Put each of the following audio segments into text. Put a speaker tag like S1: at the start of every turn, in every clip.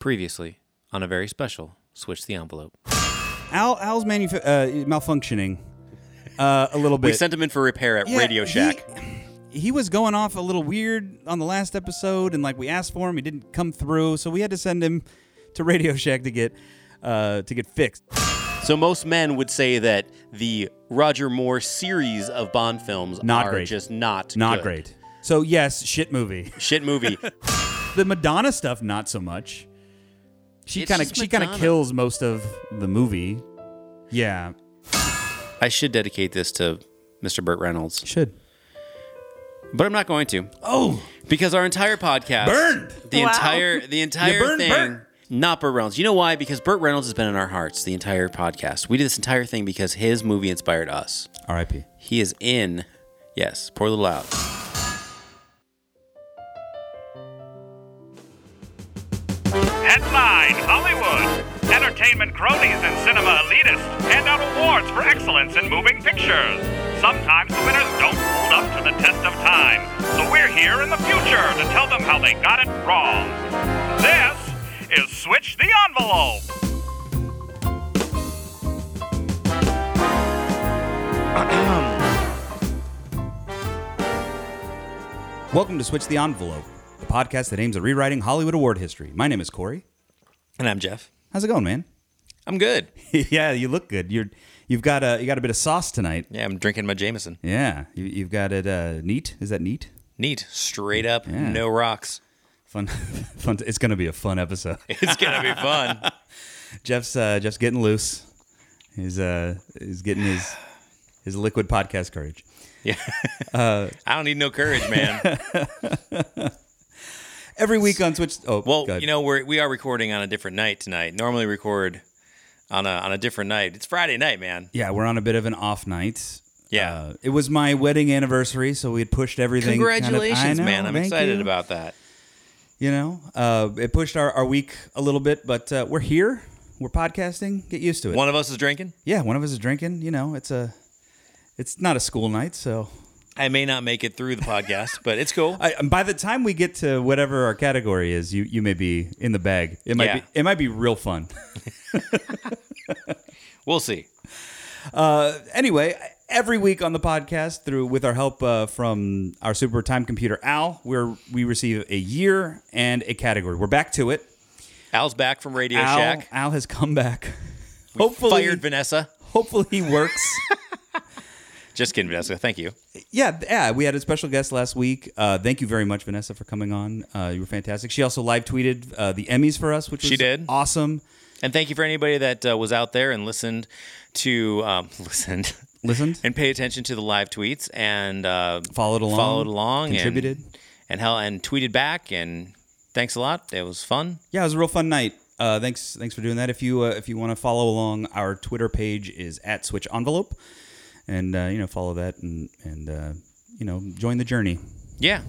S1: Previously, on a very special Switch the Envelope.
S2: Al Al's manuf- uh, malfunctioning uh, a little bit.
S3: We sent him in for repair at
S2: Yeah,
S3: Radio Shack.
S2: He, he was going off a little weird on the last episode, and like we asked for him, he didn't come through, so we had to send him to Radio Shack to get uh, to get fixed.
S3: So most men would say that the Roger Moore series of Bond films
S2: Not
S3: are
S2: great.
S3: just not
S2: Not
S3: good.
S2: great. So yes, shit movie.
S3: Shit movie.
S2: The Madonna stuff, not so much. She
S3: It's
S2: kind of
S3: just
S2: she kind of
S3: Madonna.
S2: kills most of the movie. Yeah,
S1: I should dedicate this to Mr. Burt Reynolds,
S2: should
S1: but I'm not going to
S2: oh
S1: because our entire podcast
S2: Burned!
S1: the
S4: Wow.
S1: entire the entire
S2: burned
S1: thing.
S2: Burt.
S1: Not Burt Reynolds. You know why? Because Burt Reynolds has been in our hearts the entire podcast. We did this entire thing because his movie inspired us.
S2: R.I.P.
S1: He is in. Yes, poor little out.
S5: Headline Hollywood. Entertainment cronies and cinema elitists hand out awards for excellence in moving pictures. Sometimes the winners don't hold up to the test of time, so we're here in the future to tell them how they got it wrong. This is Switch the Envelope.
S2: Welcome to Switch the Envelope, the podcast that aims at rewriting Hollywood award history. My name is Corey.
S1: And I'm Jeff.
S2: How's it going, man?
S1: I'm good.
S2: yeah, you look good. You're you've got a you got a bit of sauce tonight.
S1: Yeah, I'm drinking my Jameson.
S2: Yeah, you, you've got it uh, neat. Is that neat?
S1: Neat, straight up,
S2: Yeah.
S1: no rocks.
S2: Fun, fun. It's gonna be a fun episode.
S1: It's gonna be fun.
S2: Jeff's uh, Jeff's getting loose. He's uh he's getting his his liquid podcast courage.
S1: I don't need no courage, man.
S2: Every week on Switch. Oh
S1: Well,
S2: go ahead.
S1: you know we're we are recording on a different night tonight. Normally record on a on a different night. It's Friday night, man.
S2: Yeah, we're on a bit of an off night.
S1: Yeah.
S2: Uh, it was my wedding anniversary, so we had pushed everything. kind of- I
S1: Congratulations,
S2: know,
S1: man. I'm
S2: thank
S1: excited
S2: you.
S1: about that.
S2: you know uh, it pushed our, our week a little bit but uh, we're here we're podcasting get used to it
S1: One of us is drinking.
S2: yeah one of us is drinking you know it's a it's not a school night so
S1: I may not make it through the podcast, but it's cool.
S2: I, by the time we get to whatever our category is you you may be in the bag it might
S1: Yeah.
S2: be it might be real fun
S1: We'll see.
S2: anyway every week on the podcast through with our help uh, from our super time computer al where we receive a year and a category we're back to it
S1: Al's back from Radio
S2: al,
S1: Shack.
S2: al has come back
S1: Fired Vanessa.
S2: hopefully he works
S1: Just kidding, Vanessa. Thank you.
S2: yeah, th- yeah. We had a special guest last week. Uh, thank you very much, Vanessa, for coming on. Uh, you were fantastic. She also live tweeted uh, the Emmys for us, which was
S1: She did.
S2: awesome.
S1: And thank you for anybody that uh, was out there and listened to um, listened
S2: Listened,
S1: and paid attention to the live tweets and uh,
S2: followed along,
S1: followed along,
S2: contributed.
S1: and, and hell and tweeted back. And thanks a lot. It was fun.
S2: yeah, it was a real fun night. Uh, thanks, thanks for doing that. If you uh, if you want to follow along, our Twitter page is at Switch Envelope, and uh, you know follow that and and uh, you know join the journey.
S1: Yeah.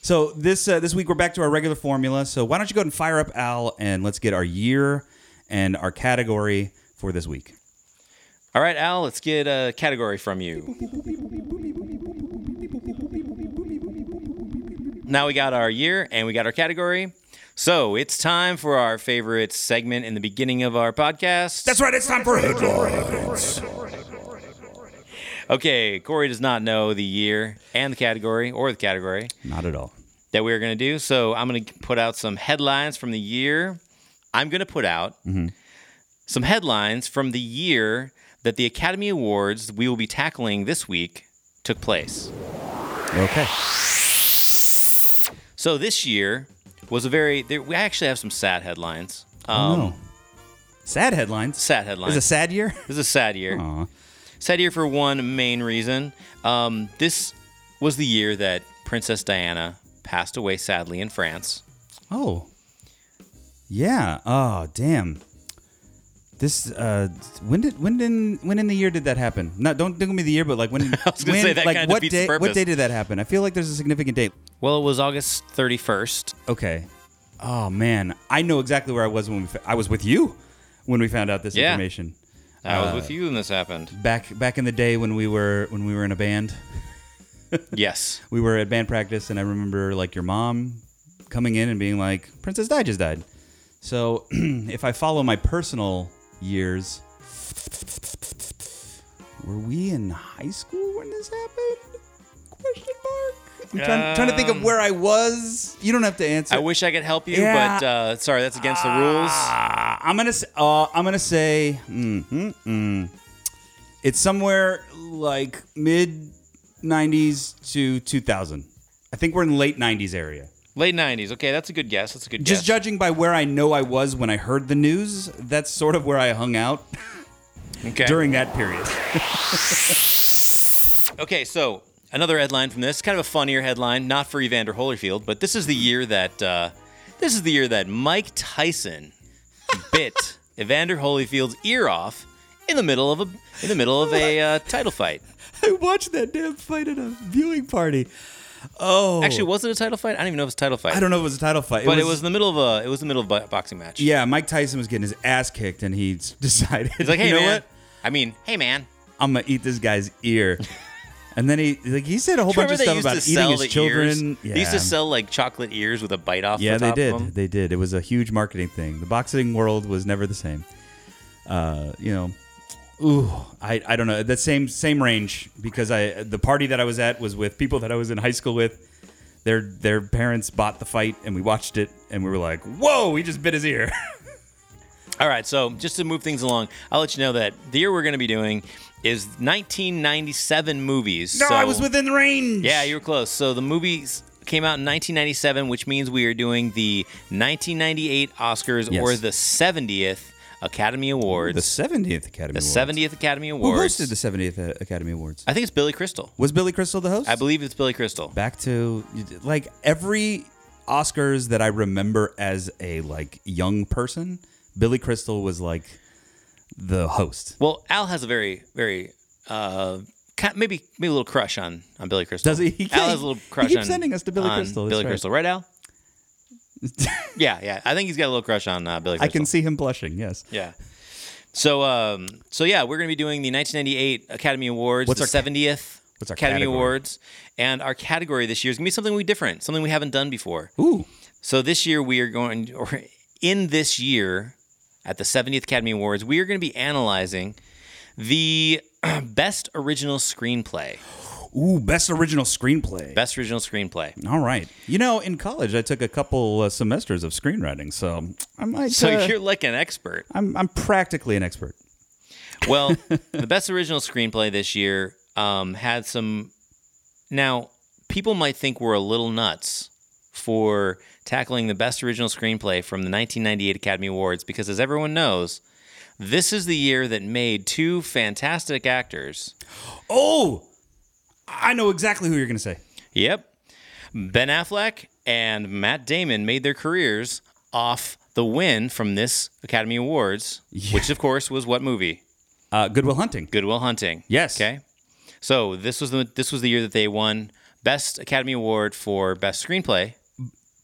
S2: So this uh, this week we're back to our regular formula. So why don't you go ahead and fire up Al and let's get our year and our category for this week.
S1: All right, Al. Let's get a category from you. Now we got our year and we got our category. So it's time for our favorite segment in the beginning of our podcast.
S2: That's right. It's time for headlines.
S1: Okay, Corey does not know the year and the category or the category
S2: Not at all.
S1: that we are going to do. So I'm going to put out some headlines from the year. I'm going to put out some headlines from the year that the Academy Awards we will be tackling this week took place.
S2: Okay.
S1: So this year was a very, there, we actually have some sad headlines.
S2: Oh.
S1: Um,
S2: Sad headlines.
S1: Sad headlines.
S2: It's a sad year.
S1: This Oh. is a sad year.
S2: Aw.
S1: Sad year for one main reason. Um, this was the year that Princess Diana passed away sadly in France.
S2: Oh. Yeah. Oh, damn. This uh when did when in when in the year did that happen? Not don't think of me the year, but like when I
S1: was gonna
S2: when,
S1: say, that
S2: like
S1: kinda
S2: what
S1: defeats the
S2: day what
S1: purpose.
S2: day did that happen? I feel like there's a significant date.
S1: Well, it was August 31st.
S2: Okay. Oh man, I know exactly where I was when we fa- I was with you when we found out this
S1: Yeah.
S2: information.
S1: I was with you when this happened.
S2: Back back in the day when we were when we were in a band.
S1: Yes.
S2: we were at band practice and I remember like your mom coming in and being like, Princess Di just died. So if I follow my personal years, were we in high school when this happened? Question mark. I'm trying, trying to think of where I was. You don't have to answer.
S1: I wish I could help you,
S2: Yeah.
S1: but uh, sorry, that's against the rules.
S2: Ah, I'm gonna. s- Uh, I'm gonna say. Mm, mm, mm. It's somewhere like mid '90s to 2000. I think we're in late '90s area.
S1: Late '90s. Okay, that's a good guess. That's a good
S2: Just
S1: guess.
S2: judging by where I know I was when I heard the news, that's sort of where I hung out
S1: okay.
S2: during that period.
S1: Okay, so another headline from this, kind of a funnier headline, not for Evander Holyfield, but this is the year that uh, this is the year that Mike Tyson bit Evander Holyfield's ear off in the middle of a in the middle of a uh, title fight.
S2: I watched that damn fight at a viewing party. Oh,
S1: Actually, was it a title fight? I don't even know if it's a title fight.
S2: I don't know if it was a title fight,
S1: but it was, in the middle of a it was in the middle of a boxing match.
S2: Yeah, Mike Tyson was getting his ass kicked, and he s- decided.
S1: He's like, "Hey
S2: you know
S1: man."
S2: what?
S1: I mean, "Hey man."
S2: I'm gonna eat this guy's ear. And then he like he said a whole bunch
S1: Remember
S2: of
S1: they
S2: stuff
S1: used
S2: about
S1: to
S2: eating
S1: sell
S2: his
S1: the
S2: children.
S1: ears? They used to sell like chocolate ears with a bite off
S2: yeah,
S1: the
S2: they
S1: top
S2: did.
S1: of them.
S2: They did. It was a huge marketing thing. The boxing world was never the same. Uh, you know, ooh, I, I don't know. That same same range because I the party that I was at was with people that I was in high school with. Their their parents bought the fight and we watched it and we were like, whoa, he just bit his ear.
S1: All right, so just to move things along, I'll let you know that the year we're going to be doing is 1997 movies.
S2: no,
S1: so,
S2: I was within range.
S1: Yeah, you were close. So the movies came out in 1997, which means we are doing the 1998 Oscars
S2: Yes.
S1: or the 70th Academy
S2: the
S1: Awards.
S2: seventieth Academy.
S1: The,
S2: Awards.
S1: 70th Academy
S2: Who
S1: Awards.
S2: hosted the seventieth Academy Awards?
S1: I think it's Billy Crystal.
S2: Was Billy Crystal the host?
S1: I believe it's Billy Crystal.
S2: back to like every Oscars that I remember as a like young person, Billy Crystal was like the host.
S1: Well, Al has a very, very, uh, ki- maybe maybe a little crush on on Billy Crystal.
S2: Does he? He
S1: Al has
S2: keeps-
S1: a little
S2: he
S1: crush
S2: keeps
S1: on
S2: sending us to Billy
S1: on
S2: Crystal, that's
S1: Billy
S2: right.
S1: Crystal, right, Al? Yeah, yeah. I think he's got a little crush on uh, Billy.
S2: I
S1: Crystal.
S2: can see him blushing. Yes.
S1: Yeah. So, um, so yeah, we're gonna be doing the 1998 Academy Awards,
S2: What's
S1: the
S2: our ca-
S1: 70th
S2: what's our
S1: Academy
S2: category?
S1: Awards, and our category this year is gonna be something we different, something we haven't done before.
S2: Ooh.
S1: So this year we are going, or in this year, at the 70th Academy Awards, we are gonna be analyzing the best original screenplay.
S2: Ooh, best original screenplay.
S1: Best original screenplay.
S2: All right. You know, in college, I took a couple uh, semesters of screenwriting, so I might.
S1: So
S2: uh,
S1: you're like an expert.
S2: I'm I'm practically an expert.
S1: Well, the best original screenplay this year um, had some. Now, people might think we're a little nuts for tackling the best original screenplay from the 1998 Academy Awards because, as everyone knows, this is the year that made two fantastic actors.
S2: Oh, I know exactly who you're gonna say.
S1: Yep. Ben Affleck and Matt Damon made their careers off the win from this Academy Awards, which, of course, was what movie?
S2: Uh, Goodwill Hunting.
S1: Goodwill Hunting.
S2: Yes.
S1: Okay. So this was the this was the year that they won Best Academy Award for Best Screenplay.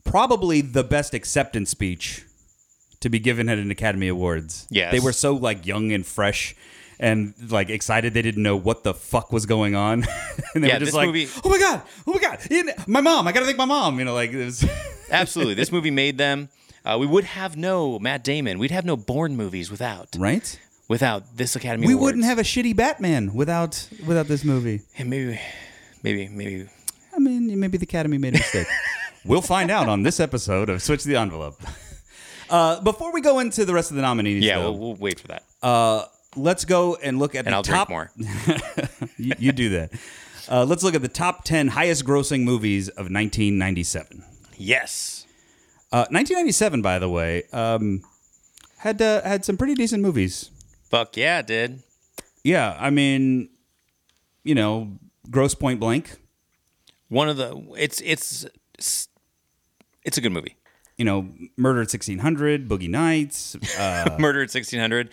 S2: probably the best acceptance speech to be given at an Academy Awards.
S1: Yes.
S2: They were so like young and fresh and like excited they didn't know what the fuck was going on. and they
S1: Yeah,
S2: were just
S1: this
S2: like,
S1: movie-
S2: "Oh my god. Oh my god. you know, My mom, I got to thank my mom." You know, like it was
S1: Absolutely, this movie made them. Uh, we would have no Matt Damon. We'd have no Bourne movies without
S2: right?
S1: without this Academy.
S2: We
S1: Awards.
S2: wouldn't have a shitty Batman without without this movie.
S1: And maybe, maybe, maybe.
S2: I mean, maybe the Academy made a mistake. we'll find out on this episode of Switch the Envelope. Uh, before we go into the rest of the nominees,
S1: Yeah,
S2: though,
S1: we'll, we'll wait for that.
S2: uh, let's go and look at
S1: and
S2: the
S1: I'll
S2: top
S1: drink more.
S2: you, you do that. Uh, let's look at the top 10 highest grossing movies of 1997.
S1: Yes.
S2: Uh, 1997, by the way, um, had uh, had some pretty decent movies.
S1: Fuck yeah, dude.
S2: Yeah, I mean, you know, Gross Point Blank,
S1: One of the it's it's it's, it's a good movie.
S2: you know, Murder at 1600, Boogie Nights. Uh,
S1: Murder at sixteen hundred.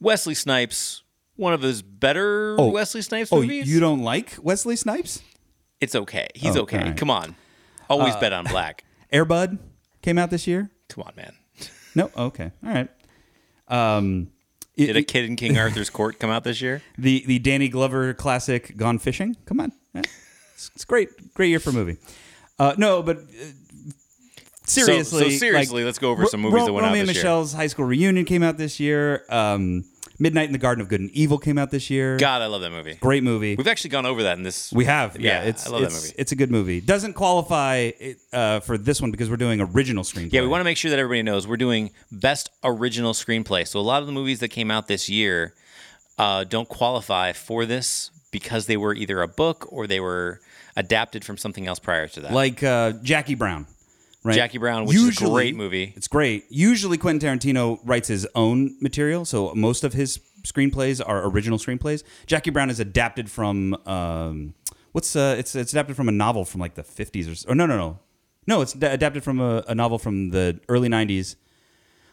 S1: Wesley Snipes. One of his better Wesley Snipes
S2: oh,
S1: movies.
S2: you don't like Wesley Snipes?
S1: It's okay. He's
S2: Oh, Uh,
S1: okay.
S2: all right.
S1: Come on. Always bet on black.
S2: Airbud came out this year.
S1: Come on, man.
S2: No, okay, all right. Um, it-
S1: Did a kid in King Arthur's court come out this year?
S2: the the Danny Glover classic Gone Fishing. Come on, Eh, it's, it's great, great year for a movie. Uh, no, but uh,
S1: so
S2: seriously,
S1: seriously, let's go over some movies that went out
S2: Romeo and
S1: this year.
S2: Michelle's High School Reunion came out this year. Um, Midnight in the Garden of Good and Evil came out this year.
S1: God, I love that movie.
S2: Great movie.
S1: We've actually gone over that in this.
S2: We have, yeah.
S1: Yeah,
S2: it's
S1: I love that
S2: it's,
S1: movie.
S2: it's a good movie. Doesn't qualify it, uh, for this one because we're doing original screenplay.
S1: Yeah, we want to make sure that everybody knows we're doing best original screenplay. So a lot of the movies that came out this year uh, don't qualify for this because they were either a book or they were adapted from something else prior to that.
S2: like uh, Jackie Brown, right?
S1: Jackie Brown, which is a great movie.
S2: It's great. Usually, Quentin Tarantino writes his own material, so most of his screenplays are original screenplays. Jackie Brown is adapted from um, what's uh, it's it's adapted from a novel from like the fifties or, s- or no no no no it's da- adapted from a, a novel from the early nineties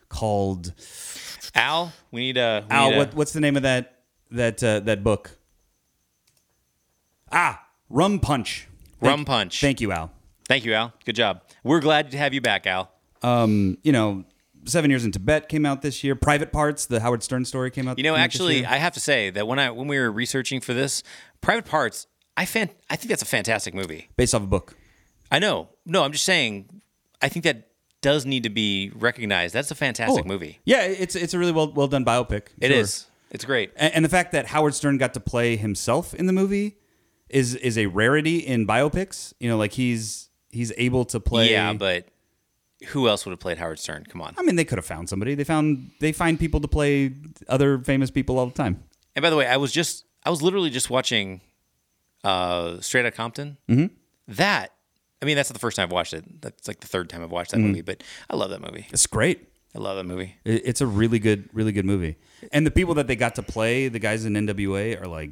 S2: called
S1: Al, we need a. We need
S2: Al,
S1: a-
S2: what, what's the name of that that uh, that book? Ah, Rum Punch.
S1: Rum Punch.
S2: Thank you, Al.
S1: Thank you, Al. Good job. We're glad to have you back, Al.
S2: um, you know, Seven Years in Tibet came out this year. Private Parts, the Howard Stern story came out.
S1: You know,
S2: came out this
S1: actually,
S2: year.
S1: I have to say that when I when we were researching for this, Private Parts, I fan, I think that's a fantastic movie.
S2: based off a book.
S1: I know. No, I'm just saying. I think that does need to be recognized. That's a fantastic
S2: Cool.
S1: movie.
S2: Yeah, it's it's a really well well done biopic.
S1: It is. It's great.
S2: and, and the fact that Howard Stern got to play himself in the movie is is a rarity in biopics. You know, like he's he's able to play.
S1: Yeah, but who else would have played Howard Stern? Come on.
S2: I mean, they could have found somebody. They found they find people to play other famous people all the time.
S1: And by the way, I was just I was literally just watching uh Straight Outta Compton. Mm-hmm. That I mean, that's not the first time I've watched it. That's like the third time I've watched that movie. But I love that movie.
S2: It's great.
S1: I love that movie.
S2: It- It's a really good, really good movie. And the people that they got to play, the guys in NWA, are like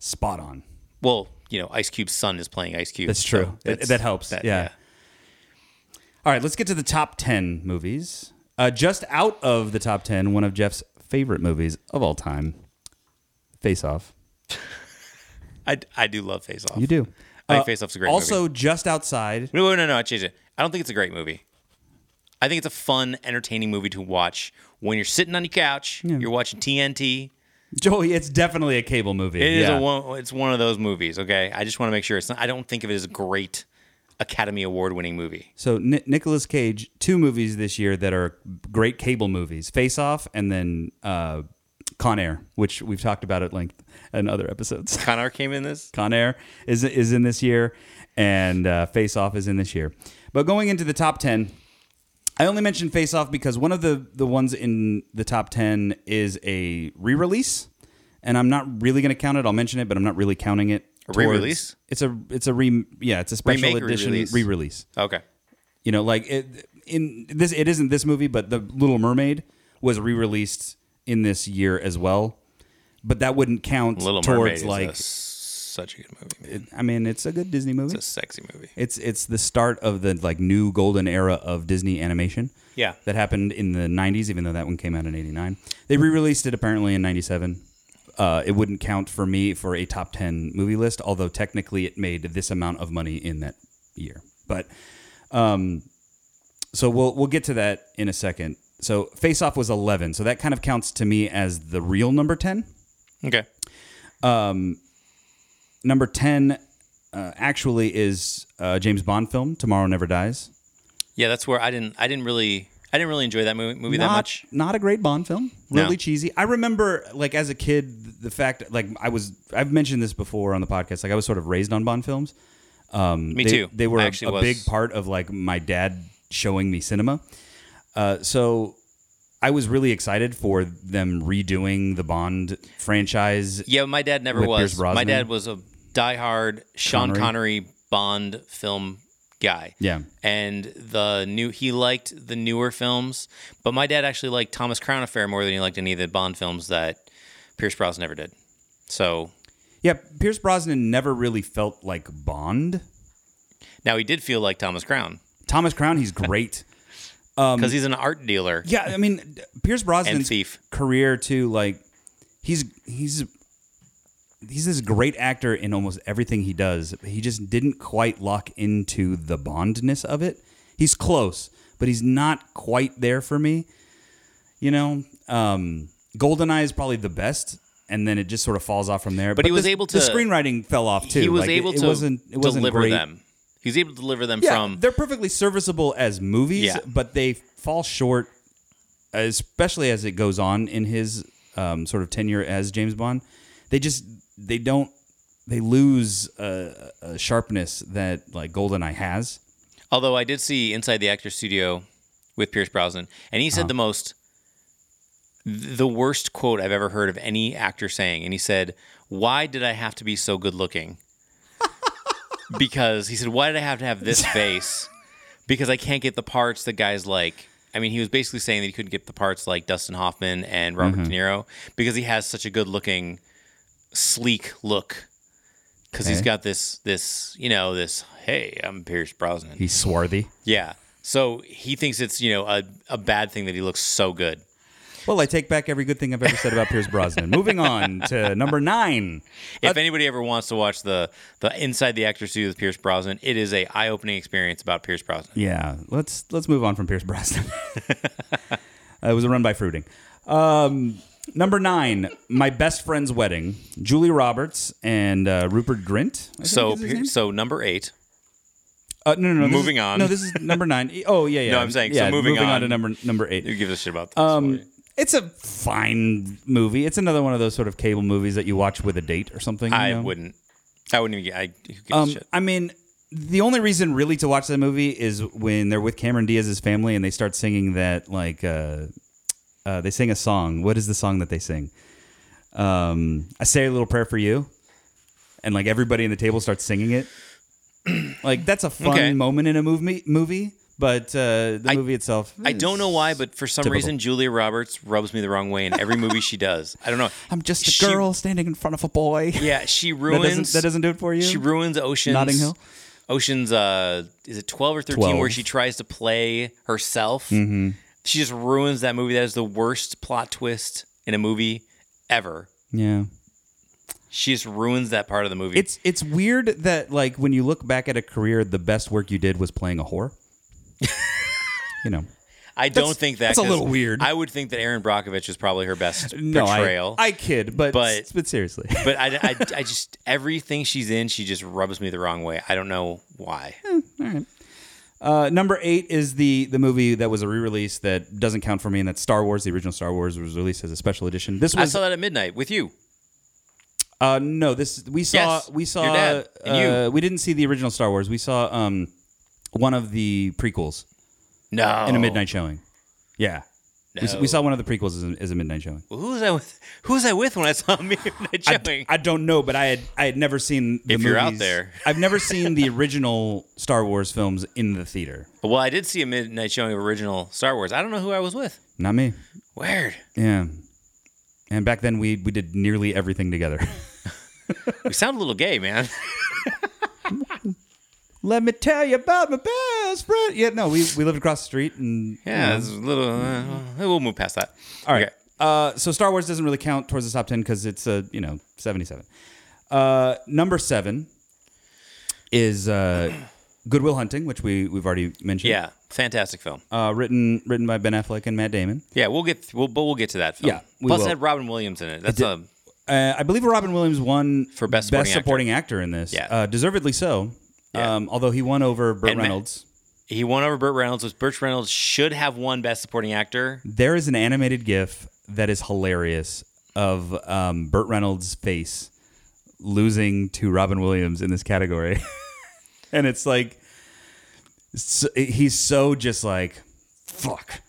S2: spot on.
S1: Well, you know, Ice Cube's son is playing Ice Cube.
S2: That's
S1: so
S2: true. That-
S1: that's-
S2: that helps. Yeah. All right, let's get to the top 10 movies. Uh, just out of the top 10, one of Jeff's favorite movies of all time, Face Off.
S1: I, I do love Face Off.
S2: You do. Uh,
S1: I think Face Off's a great
S2: Also,
S1: movie.
S2: just outside.
S1: No, no, no, I changed it. I don't think it's a great movie. I think it's a fun, entertaining movie to watch when you're sitting on your couch, you're watching TNT.
S2: Joey, it's definitely a cable movie.
S1: It is
S2: Yeah.
S1: a one. It's one of those movies. Okay, I just want to make sure it's not. I don't think of it as a great Academy Award winning movie.
S2: So, Ni- Nicolas Cage, two movies this year that are great cable movies Face Off and then uh, Con Air, which we've talked about at length in other episodes.
S1: Connor came in this.
S2: Con Air is is in this year, and uh, Face Off is in this year. But going into the top ten, I only mentioned Face Off because one of the the ones in the top ten is a re release, and I'm not really going to count it. I'll mention it, but I'm not really counting it.
S1: A
S2: towards-
S1: re-release?
S2: It's a it's a re yeah it's a special
S1: Remake or
S2: edition
S1: re-release?
S2: re release.
S1: Okay,
S2: You know, like it, in this, it isn't this movie, but the Little Mermaid was re-released in this year as well. But that wouldn't count
S1: Little Mermaid
S2: towards
S1: is
S2: like.
S1: a s- such a good movie. man.
S2: I mean, it's a good Disney movie.
S1: It's a sexy movie.
S2: It's it's the start of the like new golden era of Disney animation.
S1: Yeah.
S2: that happened in the '90s, even though that one came out in '89. They
S1: Mm-hmm.
S2: re-released it apparently in '97. Uh, it wouldn't count for me for a top ten movie list, although technically it made this amount of money in that year. But um, so we'll we'll get to that in a second. So Face Off was 11, so that kind of counts to me as the real number 10
S1: Okay,
S2: number 10 uh, actually is a James Bond film, Tomorrow Never Dies.
S1: yeah, that's where I didn't. I didn't really. I didn't really enjoy that movie, movie that
S2: not,
S1: much.
S2: Not a great Bond film.
S1: No.
S2: Really cheesy. I remember, like, as a kid, the fact, like, I was, I've mentioned this before on the podcast, like, I was sort of raised on Bond films.
S1: Me
S2: they,
S1: too.
S2: They were
S1: I
S2: a,
S1: actually
S2: a
S1: was.
S2: big part of like my dad showing me cinema. Uh, so I was really excited for them redoing the Bond franchise.
S1: Yeah, my dad never
S2: With
S1: was.
S2: Pierce
S1: My
S2: Brosnan?
S1: dad was a diehard Sean Connery, Bond film guy.
S2: Yeah.
S1: And the new he liked the newer films, but my dad actually liked Thomas Crown Affair more than he liked any of the Bond films that Pierce Brosnan never did. So
S2: Yeah, Pierce Brosnan never really felt like Bond.
S1: now he did feel like Thomas Crown
S2: Thomas Crown, he's great.
S1: because he's an art dealer.
S2: Um, Yeah, I mean Pierce
S1: And
S2: Brosnan's
S1: thief.
S2: career too. Like he's he's he's this great actor in almost everything he does. He just didn't quite lock into the Bondness of it. He's close, but he's not quite there for me. You know, um, Goldeneye is probably the best, and then it just sort of falls off from there. But,
S1: he was
S2: the-
S1: able
S2: The
S1: to-
S2: screenwriting fell off too.
S1: He was
S2: Like,
S1: able
S2: it, it
S1: to
S2: wasn't, it wasn't
S1: deliver
S2: great.
S1: them. He was able to deliver them
S2: yeah,
S1: from
S2: they're perfectly serviceable as movies,
S1: Yeah.
S2: but they fall short, especially as it goes on in his um, sort of tenure as James Bond. They just they don't they lose a, a sharpness that like Goldeneye has.
S1: Although I did see Inside the Actors Studio with Pierce Brosnan, and he said the most, the worst quote I've ever heard of any actor saying. And he said, Why did I have to be so good looking? because he said, Why did I have to have this face? Because I can't get the parts that guys like. I mean, he was basically saying that he couldn't get the parts like Dustin Hoffman and Robert De Niro because he has such a good looking, sleek look. Because he's
S2: Okay.
S1: got this, this, you know, this. Hey, I'm Pierce Brosnan.
S2: He's swarthy.
S1: Yeah. So he thinks it's, you know, a, a bad thing that he looks so good.
S2: Well, I take back every good thing I've ever said about Pierce Brosnan. Moving on to number nine.
S1: If anybody ever wants to watch the the Inside the Actors Studio with Pierce Brosnan, it is a eye opening experience about Pierce Brosnan.
S2: Yeah, let's let's move on from Pierce Brosnan. Uh, it was a run by Fruiting. Um, number nine, my best friend's wedding. Julie Roberts and uh, Rupert Grint. I think
S1: So
S2: is his
S1: Pier-
S2: name.
S1: so number eight.
S2: uh, no, no, no. this
S1: moving
S2: is-
S1: on.
S2: No, this is number nine. Oh yeah, yeah.
S1: No, I'm saying, so
S2: yeah,
S1: moving
S2: on
S1: on.
S2: to number number eight.
S1: Who gives a shit about this?
S2: Um, it's a fine movie. It's another one of those sort of cable movies that you watch with a date or something. you
S1: I
S2: know?
S1: wouldn't. I wouldn't even get. I, who gives
S2: Um,
S1: a shit?
S2: I mean, the only reason really to watch that movie is when they're with Cameron Diaz's family and they start singing that like uh, uh, they sing a song. What is the song that they sing? Um, I say a little prayer for you, and like everybody in the table starts singing it. like that's a fun
S1: Okay.
S2: moment in a movie. Movie, but uh, the movie itself.
S1: I don't know why, but for some
S2: typical.
S1: reason, Julia Roberts rubs me the wrong way in every movie she does. I don't know.
S2: I'm just a
S1: She-
S2: girl standing in front of a boy.
S1: Yeah, she
S2: that
S1: ruins.
S2: doesn't that doesn't do it for you.
S1: She ruins Ocean's
S2: Notting Hill?
S1: Ocean's uh is it 12 or 13 where
S2: 12.
S1: she tries to play herself.
S2: Mm-hmm.
S1: She just ruins that movie. That is the worst plot twist in a movie ever.
S2: yeah.
S1: She just ruins that part of the movie.
S2: It's it's weird that like when you look back at a career, the best work you did was playing a whore. you know,
S1: I don't think that
S2: that's a
S1: 'cause
S2: little weird.
S1: I would think that Aaron Brockovich was probably her best
S2: no,
S1: portrayal.
S2: I, I kid, but but,
S1: But-
S2: seriously,
S1: but I, I, I just everything she's in, she just rubs me the wrong way. I don't know why.
S2: uh, number eight is the the movie that was a re release that doesn't count for me, and that's Star Wars. The original Star Wars was released as a special edition. This
S1: I
S2: was
S1: saw that at midnight with you.
S2: uh, no, this we saw
S1: Yes,
S2: we saw
S1: your dad and you.
S2: uh, we didn't see the original Star Wars. We saw um one of the prequels
S1: No,
S2: in a midnight showing. Yeah. We,
S1: Oh.
S2: s-
S1: No.
S2: we saw one of the prequels as a, as a midnight showing.
S1: Who was I with? Who was I with when I saw midnight
S2: I-
S1: showing?
S2: I, don't know, but I had I had never seen the
S1: If you're out
S2: movies-
S1: there.
S2: I've never seen the original Star Wars films in the theater.
S1: Well, I did see a midnight showing of original Star Wars. I don't know who I was with.
S2: Not me.
S1: Weird.
S2: Yeah. And back then we we did nearly everything together.
S1: We sound a little gay, man.
S2: Let me tell you about my best friend. Yeah, no, we, we lived across the street and
S1: Yeah, it's a little. Uh, we'll move past that.
S2: All right.
S1: Okay.
S2: Uh, so Star Wars doesn't really count towards the top ten because it's a you know seventy seven. Uh, number seven is uh, Goodwill Hunting, which we we've already mentioned.
S1: Yeah, fantastic film.
S2: Uh, written written by Ben Affleck and Matt Damon.
S1: Yeah, we'll get. Th- we'll, but we'll get to that film.
S2: Yeah, we
S1: Plus,
S2: will.
S1: it had Robin Williams in it. That's a.
S2: Uh, I believe Robin Williams won
S1: For Best Supporting Actor.
S2: Actor in this.
S1: Yeah.
S2: Uh, deservedly so.
S1: Yeah.
S2: Um, although he won over Burt
S1: And Ma-
S2: Reynolds.
S1: He won over Burt Reynolds, which Burt Reynolds should have won Best Supporting Actor.
S2: there is an animated GIF that is hilarious of um, Burt Reynolds' face losing to Robin Williams in this category, and it's like so, he's so just like fuck.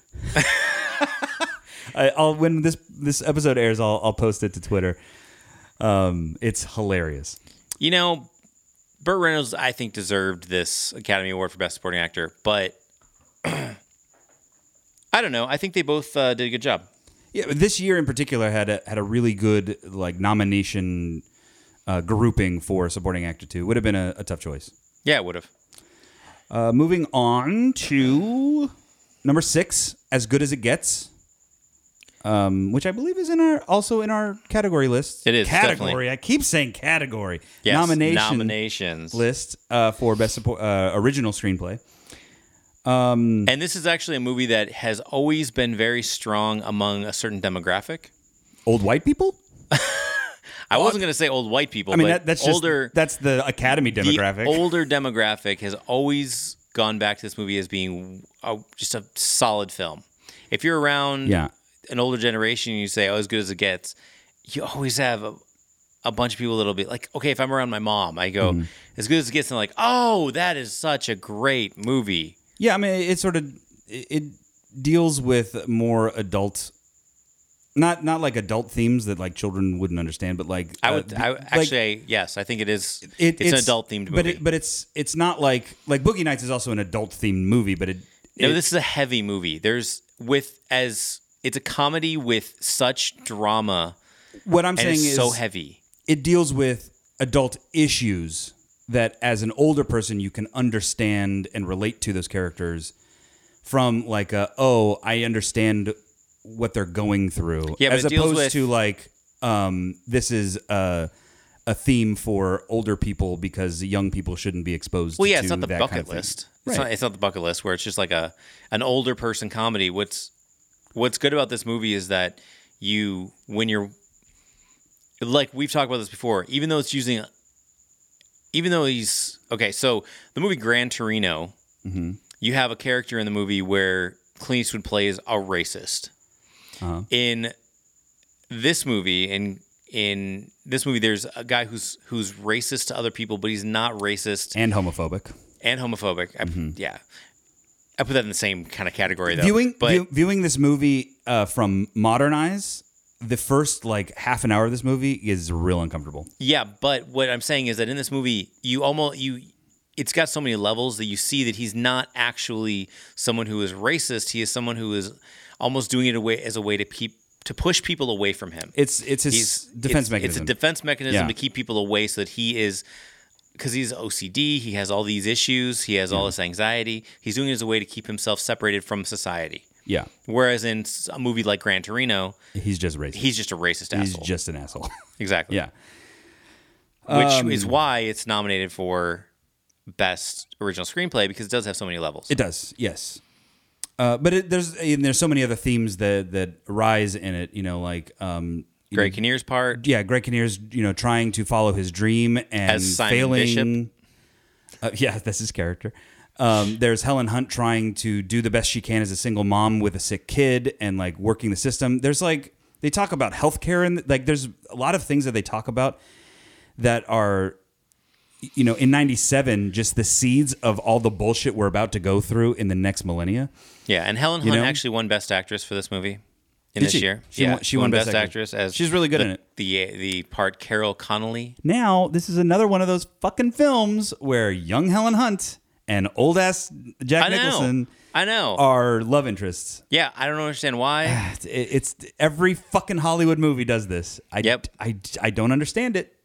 S2: I, I'll when this this episode airs, I'll I'll post it to Twitter. Um, it's hilarious.
S1: You know, Burt Reynolds, I think, deserved this Academy Award for Best Supporting Actor, but I don't know. I think they both uh, did a good job.
S2: Yeah, but this year in particular had a had a really good like nomination uh, grouping for supporting actor two. Would have been a, a tough choice.
S1: Yeah, it would have.
S2: Uh, moving on to number six, as good as it gets, um, which I believe is in our also in our category list.
S1: It is,
S2: category. I keep saying category
S1: Yes,
S2: nomination
S1: nominations.
S2: list uh, for best support uh, original screenplay.
S1: And this is actually a movie that has always been very strong among a certain demographic.
S2: Old white people.
S1: I wasn't going to say old white people,
S2: I mean,
S1: but
S2: that, that's just
S1: older
S2: that's the Academy
S1: the
S2: demographic.
S1: older demographic has always gone back to this movie as being a, just a solid film. If you're around
S2: yeah,
S1: an older generation and you say, "Oh, as good as it gets," you always have a, a bunch of people that'll be like, "Okay, if I'm around my mom, I go
S2: Mm-hmm.
S1: as good as it gets," and like, "Oh, that is such a great movie."
S2: yeah. I mean, it, it sort of it, it deals with more adult, not not like adult themes that like children wouldn't understand, but like
S1: I
S2: uh,
S1: would
S2: the-
S1: I,
S2: like,
S1: actually, yes, I think it is.
S2: it-
S1: it's, an adult themed movie,
S2: but it, but it's it's not like like Boogie Nights is also an adult themed movie, but it,
S1: No,
S2: it-
S1: this is a heavy movie. There's with as it's a comedy with such drama
S2: what I'm
S1: and
S2: saying
S1: it's
S2: is
S1: so heavy.
S2: it deals with adult issues that as an older person you can understand and relate to those characters from like a oh i understand what they're going through
S1: Yeah, but
S2: as
S1: it deals
S2: opposed
S1: with-
S2: to like um this is a a theme for older people because young people shouldn't be exposed
S1: Well, yeah,
S2: to
S1: it's not the
S2: that
S1: bucket
S2: kind of thing.
S1: list.
S2: Right.
S1: It's, not, it's not the bucket list where it's just like a an older person comedy. What's what's good about this movie is that you when you're like we've talked about this before, even though it's using even though he's okay, so the movie Gran Torino,
S2: Mm-hmm.
S1: you have a character in the movie where Clint Eastwood plays a racist.
S2: Uh-huh.
S1: In this movie, in in this movie, there's a guy who's who's racist to other people, but he's not racist
S2: and homophobic
S1: and homophobic. I,
S2: Mm-hmm.
S1: Yeah, I put that in the same kind of category though.
S2: viewing
S1: but
S2: view- viewing this movie uh, from modern eyes the first like half an hour of this movie is real uncomfortable
S1: yeah, but what I'm saying is that in this movie, you almost you. It's got so many levels that you see that he's not actually someone who is racist. He is someone who is almost doing it away as a way to peep, to push people away from him.
S2: it's it's his
S1: He's-
S2: defense
S1: it's,
S2: mechanism
S1: It's a defense mechanism
S2: Yeah.
S1: to keep people away so that he is because he's OCD, he has all these issues, he has all this anxiety. He's doing it as a way to keep himself separated from society.
S2: yeah
S1: Whereas in s- a movie like Gran Torino,
S2: He's just racist.
S1: he's just a racist
S2: He's
S1: asshole.
S2: just an asshole.
S1: exactly.
S2: yeah. Um,
S1: Which is why it's nominated for best original screenplay because it does have so many levels.
S2: It does. Yes. Uh, but it, there's and there's so many other themes that that arise in it, you know, like um you
S1: Greg
S2: know,
S1: Kinnear's part.
S2: yeah, Greg Kinnear's, you know, trying to follow his dream and
S1: As Simon
S2: failing. Uh, yeah, that's his character. Um, there's Helen Hunt trying to do the best she can as a single mom with a sick kid and like working the system. There's like they talk about healthcare and like there's a lot of things that they talk about that are you know in 97 just the seeds of all the bullshit we're about to go through in the next millennia
S1: Yeah, and Helen
S2: You
S1: Hunt
S2: know?
S1: actually won Best Actress for this movie. In
S2: Did
S1: this
S2: she?
S1: year,
S2: She won- she won Best Actress.
S1: as
S2: She's really good
S1: the,
S2: in it.
S1: The uh, the part Carol Connolly.
S2: now this is another one of those fucking films where young helen hunt and old ass jack
S1: I know. Oh.
S2: nicholson uh,
S1: I know.
S2: are love interests
S1: yeah, I don't understand why.
S2: It- it's every fucking hollywood movie does this i
S1: Yep.
S2: I, I don't understand it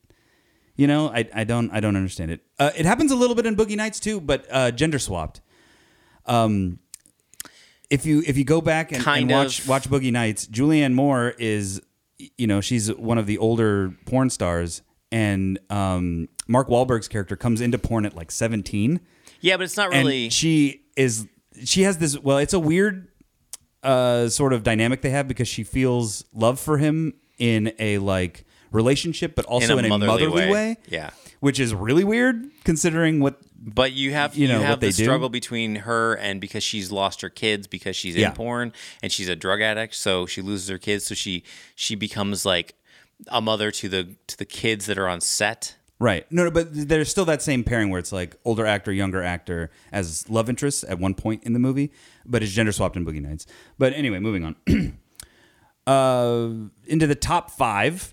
S2: you know i, I don't i don't understand it uh, it happens a little bit in boogie nights too but uh, gender swapped um if you if you go back and, and
S1: Kind
S2: watch
S1: of.
S2: watch Boogie Nights, Julianne Moore is you know she's one of the older porn stars, and um, Mark Wahlberg's character comes into porn at like seventeen,
S1: Yeah, but it's not
S2: and
S1: really.
S2: she is she has this well, it's a weird uh, sort of dynamic they have because she feels love for him in a like relationship, but also in a, motherly, way.
S1: Yeah,
S2: Which is really weird considering what
S1: but you have
S2: You
S1: you,
S2: know, what
S1: have
S2: they
S1: the
S2: do.
S1: struggle between her and because she's lost her kids because she's
S2: Yeah.
S1: in porn and she's a drug addict, so she loses her kids, so she she becomes like a mother to the to the kids that are on set.
S2: Right. No, no, but there's still that same pairing where it's like older actor, younger actor as love interests at one point in the movie, but it's gender swapped in Boogie Nights. But anyway, moving on. uh, into the top five.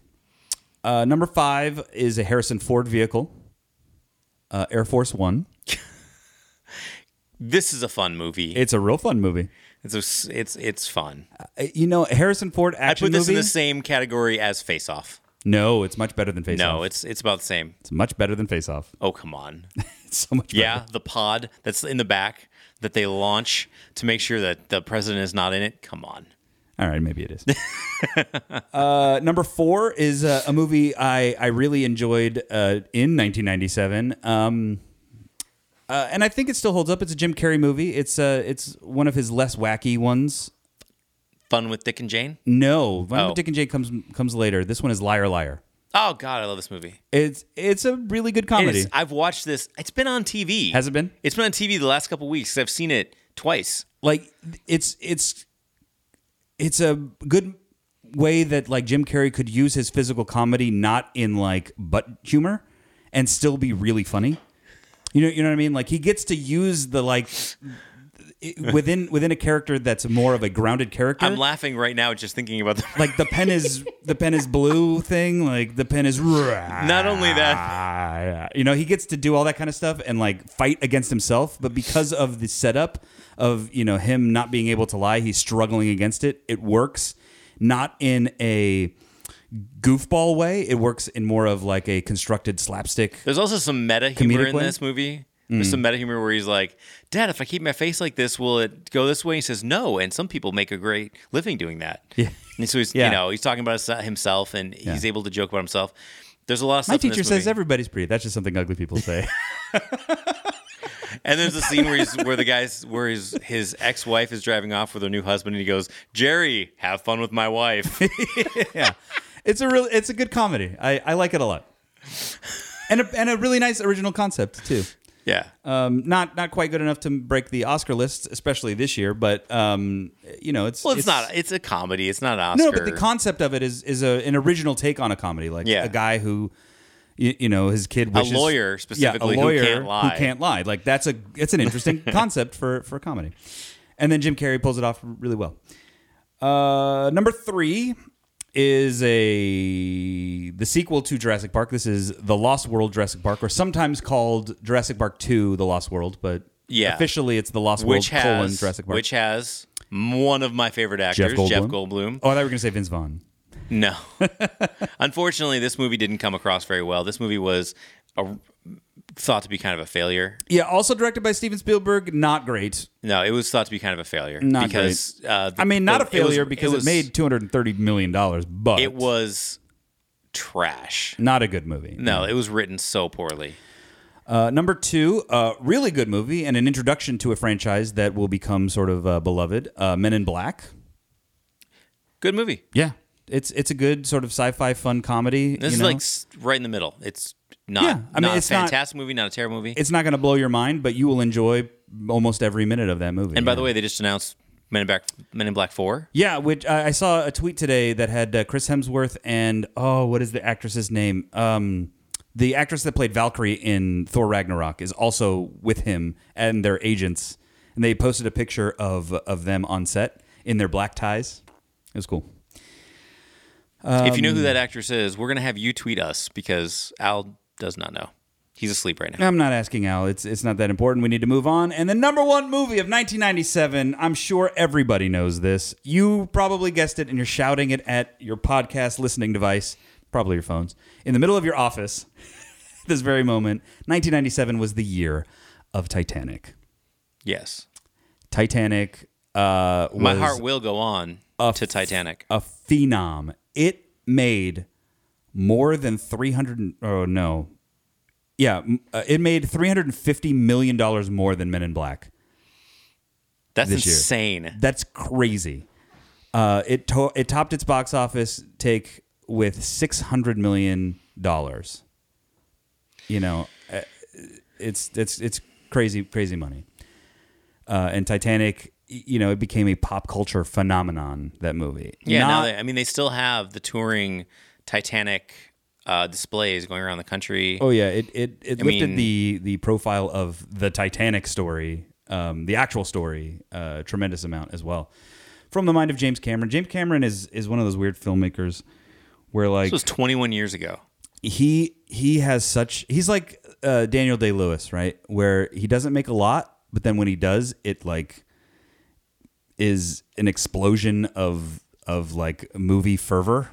S2: Uh, number five is a Harrison Ford vehicle, uh, Air Force One.
S1: This is a fun movie.
S2: It's a real fun movie.
S1: It's a s it's it's fun.
S2: Uh, you know, Harrison Ford
S1: I
S2: action
S1: put this
S2: movie.
S1: in the same category as Face Off.
S2: no, it's much better than Face Off.
S1: No, it's it's about the same.
S2: it's much better than Face Off.
S1: Oh come on.
S2: It's so much. better.
S1: Yeah, the pod that's in the back that they launch to make sure that the president is not in it. Come on.
S2: All right, maybe it is. uh, number four is uh, a movie I, I really enjoyed uh, in 1997, um, uh, and I think it still holds up. It's a Jim Carrey movie. It's uh, it's one of his less wacky ones.
S1: Fun with Dick and Jane?
S2: No, Violent
S1: Oh.
S2: Dick and Jane comes comes later. This one is Liar Liar.
S1: Oh God, I love this movie.
S2: It's it's a really good comedy.
S1: It is- I've watched this. It's been on TV.
S2: Has it been?
S1: It's been on TV the last couple weeks. 'cause I've seen it twice.
S2: like it's it's it's a good way that like Jim Carrey could use his physical comedy not in like butt humor and still be really funny. You know, you know what I mean? Like he gets to use the like it- within within a character that's more of a grounded character.
S1: I'm laughing right now just thinking about the.
S2: like the pen is the pen is blue thing. Like the pen is
S1: Not only
S2: Ah.
S1: that,
S2: you know, he gets to do all that kind of stuff and like fight against himself, but because of the setup of, you know, him not being able to lie, he's struggling against it. It works not in a goofball way. It works in more of like a constructed slapstick.
S1: there's also some meta humor
S2: Comedic
S1: in
S2: way? Hmm.
S1: this movie. There's some meta humor where he's like, "Dad, if I keep my face like this, will it go this way?" He says, "No." And some people make a great living doing that. Yeah. And so he's,
S2: Yeah.
S1: you know, he's talking about his- himself, and he's able to joke about himself. There's a lot of stuff.
S2: My
S1: in this
S2: teacher says
S1: movie.
S2: everybody's pretty. That's just something ugly people say.
S1: And there's a scene where he's where the guys where his his ex wife is driving off with her new husband, and he goes, "Jerry, have fun with my wife."
S2: it's a real it's a good comedy. I, I like it a lot. And a, and a really nice original concept too.
S1: yeah.
S2: Um, not not quite good enough to break the Oscar list, especially this year. But um, you know, it's
S1: well, it's, not. It's a comedy. It's not an Oscar.
S2: no, but the concept of it is is a, an original take on a comedy, like
S1: Yeah.
S2: a guy who, you, you know, his kid wishes
S1: lawyer specifically who
S2: yeah, a lawyer
S1: can't lie.
S2: can't lie. Like that's a it's an interesting concept for for comedy, and then Jim Carrey pulls it off really well. Uh, number three is a the sequel to Jurassic Park. This is the Lost World Jurassic Park, or sometimes called Jurassic Park Two: The Lost World, but
S1: Yeah.
S2: officially it's the Lost
S1: which
S2: World colon
S1: has
S2: Jurassic Park.
S1: which has one of my favorite actors, Jeff Goldblum.
S2: Oh, I thought we were gonna say Vince Vaughn.
S1: No, unfortunately, this movie didn't come across very well. This movie was a, thought to be kind of a failure.
S2: Yeah, also directed by Steven Spielberg. Not great.
S1: No, it was thought to be kind of a failure
S2: Not
S1: because uh, the-
S2: I mean, not
S1: the-
S2: a failure
S1: was-
S2: because it,
S1: was-
S2: made two hundred and thirty million dollars, but
S1: it was trash.
S2: not a good movie.
S1: No, it was written so poorly.
S2: Uh, number two, uh, really good movie and an introduction to a franchise that will become sort of uh, beloved. Uh, Men in Black.
S1: Good movie.
S2: Yeah, it's it's a good sort of sci-fi fun comedy.
S1: This
S2: you
S1: is
S2: know?
S1: like s- right in the middle. It's not,
S2: Yeah, I mean,
S1: not
S2: it's
S1: a
S2: not-
S1: fantastic movie, not a terrible movie.
S2: it's not going to blow your mind, but you will enjoy almost every minute of that movie.
S1: and by the
S2: yeah.
S1: way, they just announced Men in Black, Men in Black Four.
S2: Yeah, which I I saw a tweet today that had uh, Chris Hemsworth and oh, what is the actress's name? Um, the actress that played Valkyrie in Thor Ragnarok is also with him and their agents, and they posted a picture of of them on set in their black ties. It was cool.
S1: if you know who
S2: Um,
S1: that actress is, we're gonna have you tweet us because Al does not know. He's asleep right now.
S2: I'm not asking Al. It's it's not that important. We need to move on. And the number one movie of 1997. I'm sure everybody knows this. You probably guessed it, and you're shouting it at your podcast listening device, probably your phones, in the middle of your office. this very moment, 1997 was the year of Titanic.
S1: Yes,
S2: Titanic. Uh, was
S1: my heart will go on to Titanic.
S2: a phenom. It made more than 300 oh no. Yeah, m- uh, it made 350 million dollars more than Men in Black.
S1: That's
S2: this year.
S1: insane.
S2: That's crazy. Uh, it to- it topped its box office take with 600 million dollars. You know, uh, it's it's it's crazy crazy money. Uh, and Titanic, y- you know, it became a pop culture phenomenon. That movie,
S1: Yeah, now
S2: Not-
S1: they, I mean, they still have the touring Titanic uh, displays going around the country.
S2: Oh yeah, it it, it
S1: I
S2: lifted
S1: mean-
S2: the the profile of the Titanic story, um, the actual story, uh, a tremendous amount as well. From the mind of James Cameron, James Cameron is is one of those weird filmmakers where like
S1: This was 21 years ago.
S2: he he has such he's like uh, Daniel Day Lewis, right? Where he doesn't make a lot, but then when he does, it like is an explosion of of like movie fervor.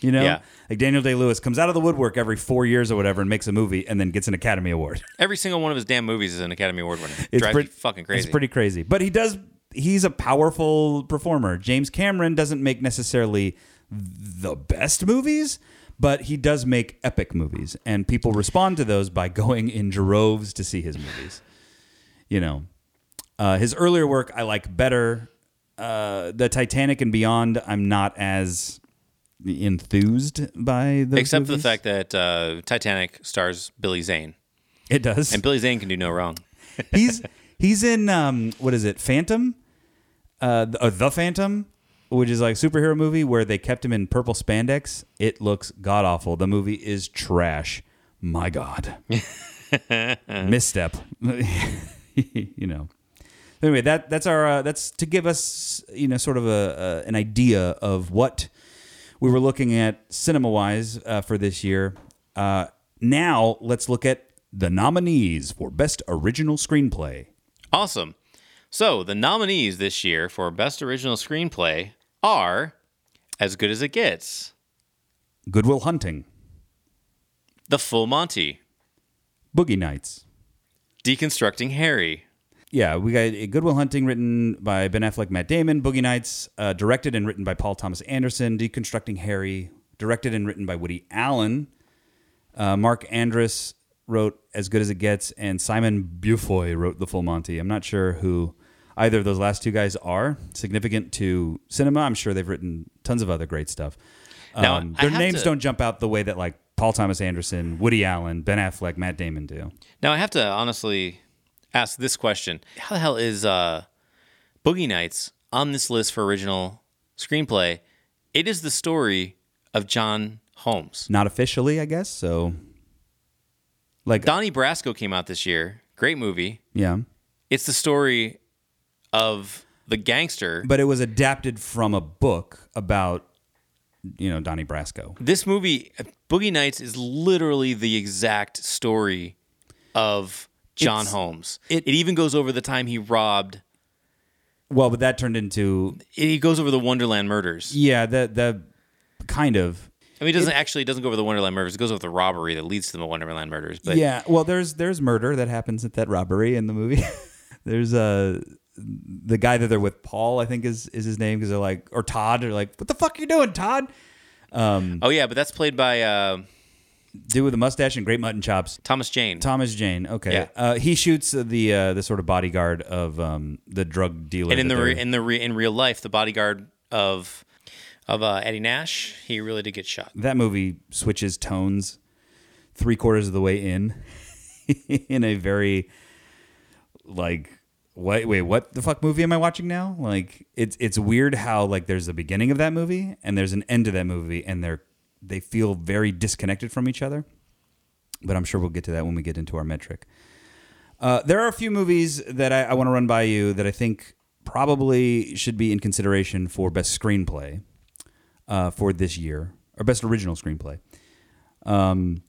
S2: you know,
S1: Yeah.
S2: like Daniel Day Lewis comes out of the woodwork every four years or whatever and makes a movie and then gets an Academy Award.
S1: Every single one of his damn movies is an Academy Award winner.
S2: It's
S1: Drives
S2: pretty
S1: me fucking crazy.
S2: It's pretty crazy, but he does. He's a powerful performer. James Cameron doesn't make necessarily the best movies, but he does make epic movies, and people respond to those by going in droves to see his movies. You know, uh, his earlier work I like better. Uh, the Titanic and Beyond, I'm not as enthused by the
S1: Except for the fact that uh, Titanic stars Billy Zane,
S2: it does.
S1: and Billy Zane can do no wrong.
S2: he's he's in um what is it? Phantom? Uh the, uh, the Phantom, which is like a superhero movie where they kept him in purple spandex. It looks god awful. The movie is trash. My god. Misstep. you know. Anyway, that that's our uh, that's to give us you know sort of a uh, an idea of what we were looking at cinema wise uh, for this year. Uh, now let's look at the nominees for best original screenplay.
S1: Awesome. So the nominees this year for Best Original Screenplay are As Good as It Gets,
S2: Goodwill Hunting,
S1: The Full Monty,
S2: Boogie Nights.
S1: Deconstructing Harry,
S2: Yeah, we got Goodwill Hunting written by Ben Affleck, Matt Damon. Boogie Nights uh, directed and written by Paul Thomas Anderson. Deconstructing Harry directed and written by Woody Allen. Uh, Mark Andrus wrote As Good as It Gets, and Simon Bufoy wrote The Full Monty. I'm not sure who either of those last two guys are significant to cinema. I'm sure they've written tons of other great stuff.
S1: Now,
S2: Um,
S1: I
S2: their
S1: have
S2: names
S1: to-
S2: don't jump out the way that like Paul Thomas Anderson, Woody Allen, Ben Affleck, Matt Damon do.
S1: Now I have to honestly ask this question: How the hell is uh, Boogie Nights on this list for original screenplay? It is the story of John Holmes.
S2: Not officially, I guess. So, like,
S1: Donnie Brasco came out this year. Great movie.
S2: yeah.
S1: It's the story of the gangster.
S2: But it was adapted from a book about, you know, Donnie Brasco.
S1: This movie, Boogie Nights, is literally the exact story of John
S2: It's-
S1: Holmes.
S2: it-
S1: it even goes over the time he robbed.
S2: Well, but that turned into
S1: It goes over the Wonderland murders.
S2: yeah, the the kind of
S1: I mean, it doesn't actually it doesn't go over the Wonderland murders. It goes over the robbery that leads to the Wonderland murders. But
S2: yeah. Well, there's there's murder that happens at that robbery in the movie. there's uh the guy that they're with, Paul, I think is is his name, because they're like or Todd, they're like, what the fuck you doing, Todd?
S1: oh yeah, but that's played by uh,
S2: Dude with a mustache and great mutton chops.
S1: Thomas Jane.
S2: Thomas Jane. Okay.
S1: Yeah.
S2: Uh, he shoots the uh, the sort of bodyguard of um, the drug dealer.
S1: and in
S2: that
S1: the re-
S2: they're-
S1: in the re- in real life, the bodyguard of of uh, Eddie Nash, he really did get shot.
S2: that movie switches tones three quarters of the way in in a very like what wait what the fuck movie am i watching now like it's it's weird how like there's the beginning of that movie and there's an end to that movie and they're they feel very disconnected from each other but i'm sure we'll get to that when we get into our metric uh, there are a few movies that i, I want to run by you that i think probably should be in consideration for best screenplay uh, for this year or best original screenplay.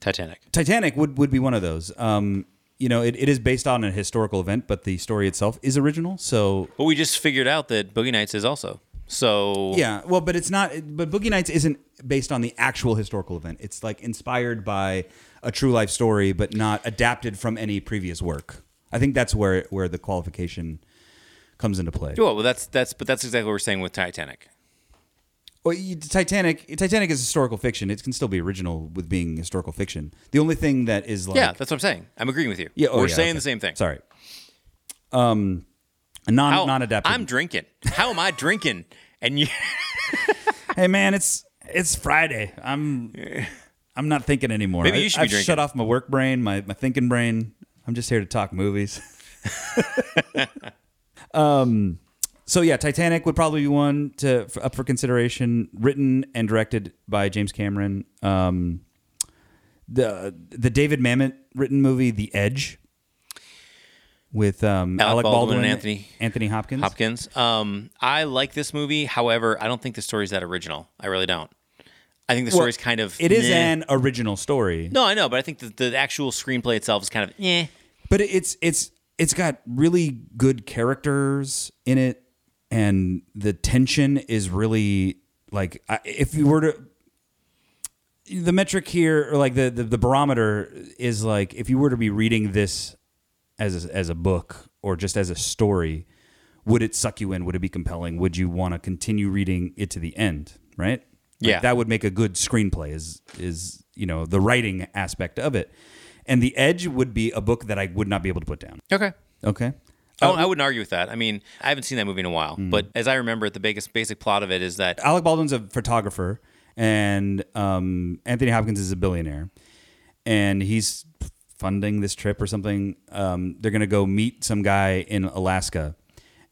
S1: Titanic.
S2: Titanic would, would be one of those. Um, you know, it, it is based on a historical event, but the story itself is original. So
S1: But we just figured out that Boogie Nights is also. So
S2: yeah, well, but it's not. But Boogie Nights isn't based on the actual historical event. It's like inspired by a true life story, but not adapted from any previous work. I think that's where where the qualification comes into play.
S1: Well, well, that's that's but that's exactly what we're saying with Titanic.
S2: Well, you, Titanic. Titanic is historical fiction. It can still be original with being historical fiction. The only thing that is like
S1: yeah, that's what I'm saying. I'm agreeing with you.
S2: Yeah, oh,
S1: we're
S2: yeah,
S1: saying
S2: okay.
S1: the same thing.
S2: Sorry. Um, non
S1: How-
S2: non adapted.
S1: I'm drinking. How am I drinking? And you,
S2: hey man, it's it's Friday. I'm I'm not thinking anymore.
S1: Maybe you should
S2: I,
S1: be
S2: I've
S1: drinking.
S2: shut off my work brain, my my thinking brain. I'm just here to talk movies. um. So yeah, Titanic would probably be one to f- up for consideration. Written and directed by James Cameron. Um, the the David Mamet written movie, The Edge, with um,
S1: Alec
S2: Alec,
S1: Baldwin and Anthony-
S2: Anthony Hopkins.
S1: Hopkins. Um, I like this movie. However, I don't think the story's that original. I really don't. I think the story's kind of.
S2: It is
S1: meh.
S2: an original story.
S1: No, I know, but I think that the actual screenplay itself is kind of. eh. Yeah.
S2: but it- it's it's it's got really good characters in it and the tension is really like I- if you were to the metric here or like the, the the barometer is like if you were to be reading this as a, as a book or just as a story would it suck you in would it be compelling would you want to continue reading it to the end right Like,
S1: Yeah.
S2: that would make a good screenplay is is you know the writing aspect of it and the edge would be a book that i would not be able to put down
S1: Okay.
S2: okay Uh,
S1: I, I wouldn't argue with that. I mean,
S2: Mm-hmm.
S1: I haven't seen that movie in a while, but as I remember it, the biggest basic plot of it is that
S2: alec baldwin's a photographer and um, Anthony Hopkins is a billionaire, and he's funding this trip or something. Um, they're gonna go meet some guy in Alaska,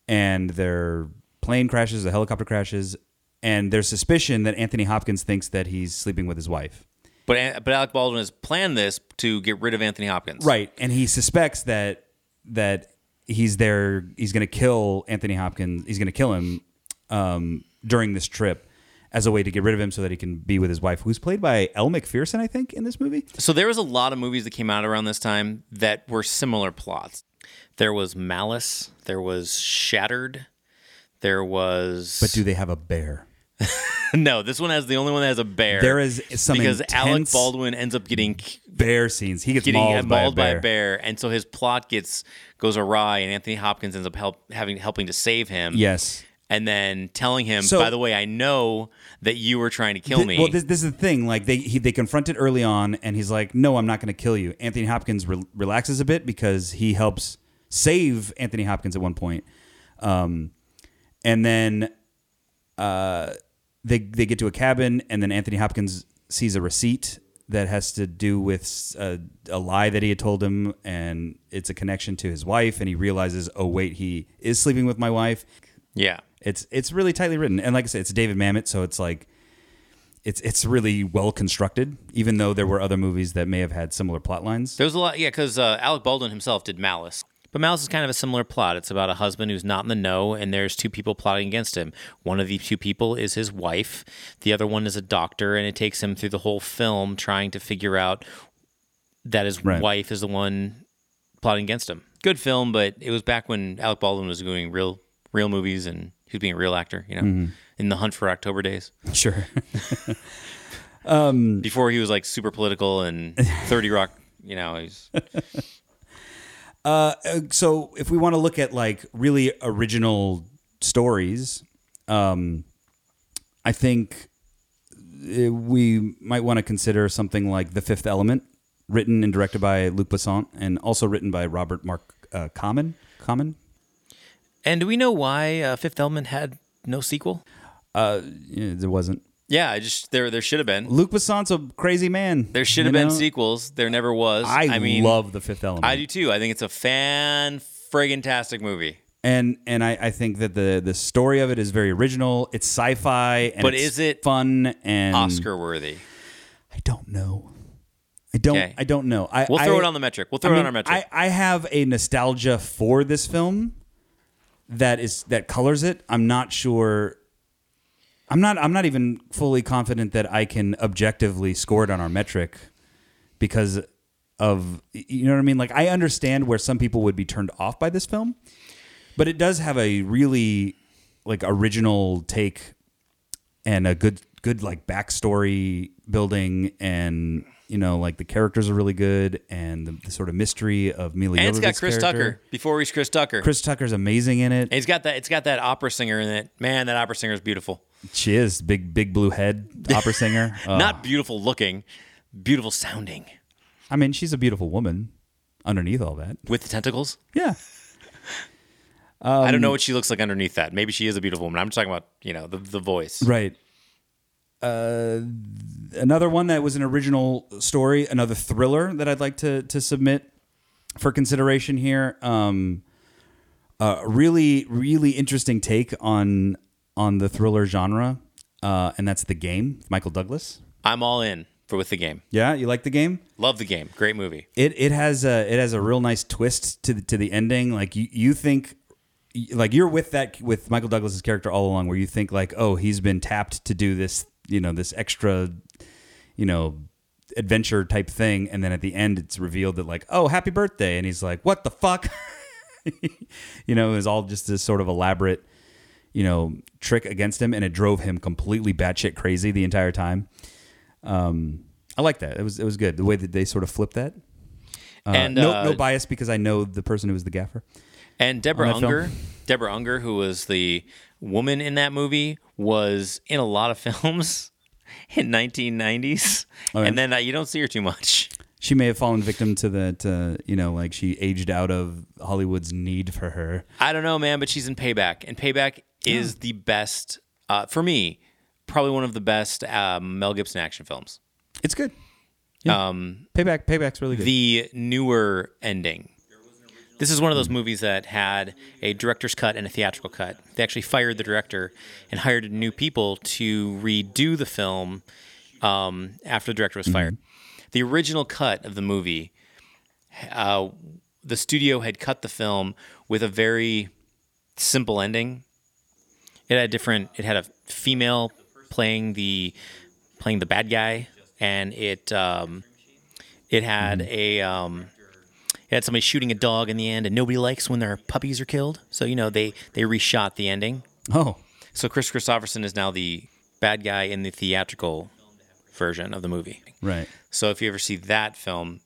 S2: and their plane crashes, the helicopter crashes, and there's suspicion that Anthony Hopkins thinks that he's sleeping with his wife.
S1: But An- but Alec Baldwin has planned this to get rid of Anthony Hopkins.
S2: Right, and he suspects that that he's there. He's going to kill Anthony Hopkins. He's going to kill him um, during this trip as a way to get rid of him, so that he can be with his wife, who's played by Elle McPherson, I think, in this movie.
S1: So there was a lot of movies that came out around this time that were similar plots. There was Malice. There was Shattered. There was.
S2: But do they have a bear?
S1: no, this one has the only one that has a bear.
S2: There is some
S1: because Alec
S2: intense-
S1: Baldwin ends up getting k-
S2: Bear scenes. He gets
S1: getting
S2: mauled, by, a bear.
S1: and so his plot gets goes awry, and Anthony Hopkins ends up help having helping to save him.
S2: Yes.
S1: and then telling him,
S2: So-
S1: by the way, I know that you were trying to kill
S2: Th-
S1: me.
S2: Well, this, this is the thing. Like they he, they confront it early on, and he's like, "No, I'm not going to kill you." Anthony Hopkins re- relaxes a bit because he helps save Anthony Hopkins at one point, um, and then uh, they they get to a cabin, and then Anthony Hopkins sees a receipt that has to do with a, a lie that he had told him, and it's a connection to his wife, and he realizes, "Oh wait, he is sleeping with my wife."
S1: yeah,
S2: It's it's really tightly written, and like I said, it's David Mamet, so it's like it's it's really well constructed. Even though there were other movies that may have had similar plot lines,
S1: There was a lot, yeah, because uh, Alec Baldwin himself did Malice. But Malice is kind of a similar plot. It's about a husband who's not in the know, and there's two people plotting against him. One of the two people is his wife, the other one is a doctor, and it takes him through the whole film trying to figure out that his
S2: Right.
S1: wife is the one plotting against him. Good film, but it was back when Alec Baldwin was doing real, real movies and he was being a real actor, you know, in the Hunt for October days
S2: sure.
S1: before he was like super political and 30 Rock, you know, he's
S2: so if we want to look at like really original stories, um, I think uh, we might want to consider something like The Fifth Element, written and directed by Luc Besson, and also written by Robert Mark uh, Common. Common.
S1: And do we know why uh, Fifth Element had no sequel?
S2: Uh, Yeah, there wasn't.
S1: Yeah, I just there there should have been.
S2: Luc Besson's a crazy man.
S1: There should
S2: you
S1: have been
S2: know?
S1: sequels. There never was.
S2: I,
S1: mean,
S2: love the Fifth Element.
S1: I do too. I think it's a fan friggin' tastic movie.
S2: and and I, I think that the the story of it is very original. It's sci-fi, and
S1: But
S2: it's
S1: is it
S2: fun and
S1: Oscar worthy.
S2: I don't know. I don't.
S1: Okay.
S2: I don't know. I
S1: We'll throw
S2: I-
S1: it on the metric. We'll
S2: I
S1: throw it
S2: mean,
S1: on our metric.
S2: I, I have a nostalgia for this film that is that colors it. I'm not sure. I'm not. I'm not even fully confident that I can objectively score it on our metric because of you know what I mean. Like I understand where some people would be turned off by this film, but it does have a really like original take and a good good like backstory building and you know like the characters are really good and the, the sort of mystery of Mila
S1: and it's got
S2: Jovovich's
S1: Chris
S2: character.
S1: Tucker before he's Chris Tucker.
S2: Chris Tucker's amazing in it.
S1: And it's got that it's got that opera singer in it. Man, that opera singer is beautiful.
S2: She is big big blue head opera singer. Uh,
S1: Not beautiful looking, beautiful sounding
S2: I mean she's a beautiful woman underneath all that.
S1: with the tentacles.
S2: Yeah.
S1: I
S2: Um,
S1: don't know what she looks like underneath that. Maybe she is a beautiful woman. I'm just talking about, you know, the the voice.
S2: Right. Uh, another one that was an original story, another thriller that I'd like to to submit for consideration here. Um, a really really interesting take on on the thriller genre, uh, and that's the game. Michael Douglas.
S1: I'm all in for with the game.
S2: Yeah, you like the game?
S1: Love the game. Great movie.
S2: it it has a it has a real nice twist to the to the ending. Like you you think y- like you're with that with Michael Douglas's character all along, where you think like oh he's been tapped to do this you know this extra you know adventure type thing, and then at the end it's revealed that like oh happy birthday, and he's like what the fuck, you know it was all just this sort of elaborate you know trick against him, and it drove him completely batshit crazy the entire time. Um, I like that. It was it was good the way that they sort of flipped that. Uh,
S1: and
S2: no,
S1: uh,
S2: no bias because I know the person who was the gaffer.
S1: And Deborah
S2: on that film.
S1: Unger, Deborah Unger, who was the woman in that movie, was in a lot of films in 1990s,
S2: Oh,
S1: and then uh, you don't see her too much.
S2: She may have fallen victim to that, uh, you know, like she aged out of Hollywood's need for her. Hmm.
S1: I don't know, man, but she's in Payback, and Payback is the best uh, for me. probably one of the best uh, Mel Gibson action films.
S2: It's good. Yeah. Um, Payback. Payback's really good. Hmm.
S1: The newer ending. This is one of those movies that had a director's cut and a theatrical cut. They actually fired the director and hired new people to redo the film um, after the director was
S2: Hmm.
S1: fired. The original cut of the movie, uh, the studio had cut the film with a very simple ending. It had different. It had a female playing the playing the bad guy, and it um, it had a um, it had somebody shooting a dog in the end, and nobody likes when their puppies are killed. So you know they they reshot the ending.
S2: oh,
S1: So Chris Christopherson is now the bad guy in the theatrical version of the movie.
S2: right.
S1: So if you ever see that film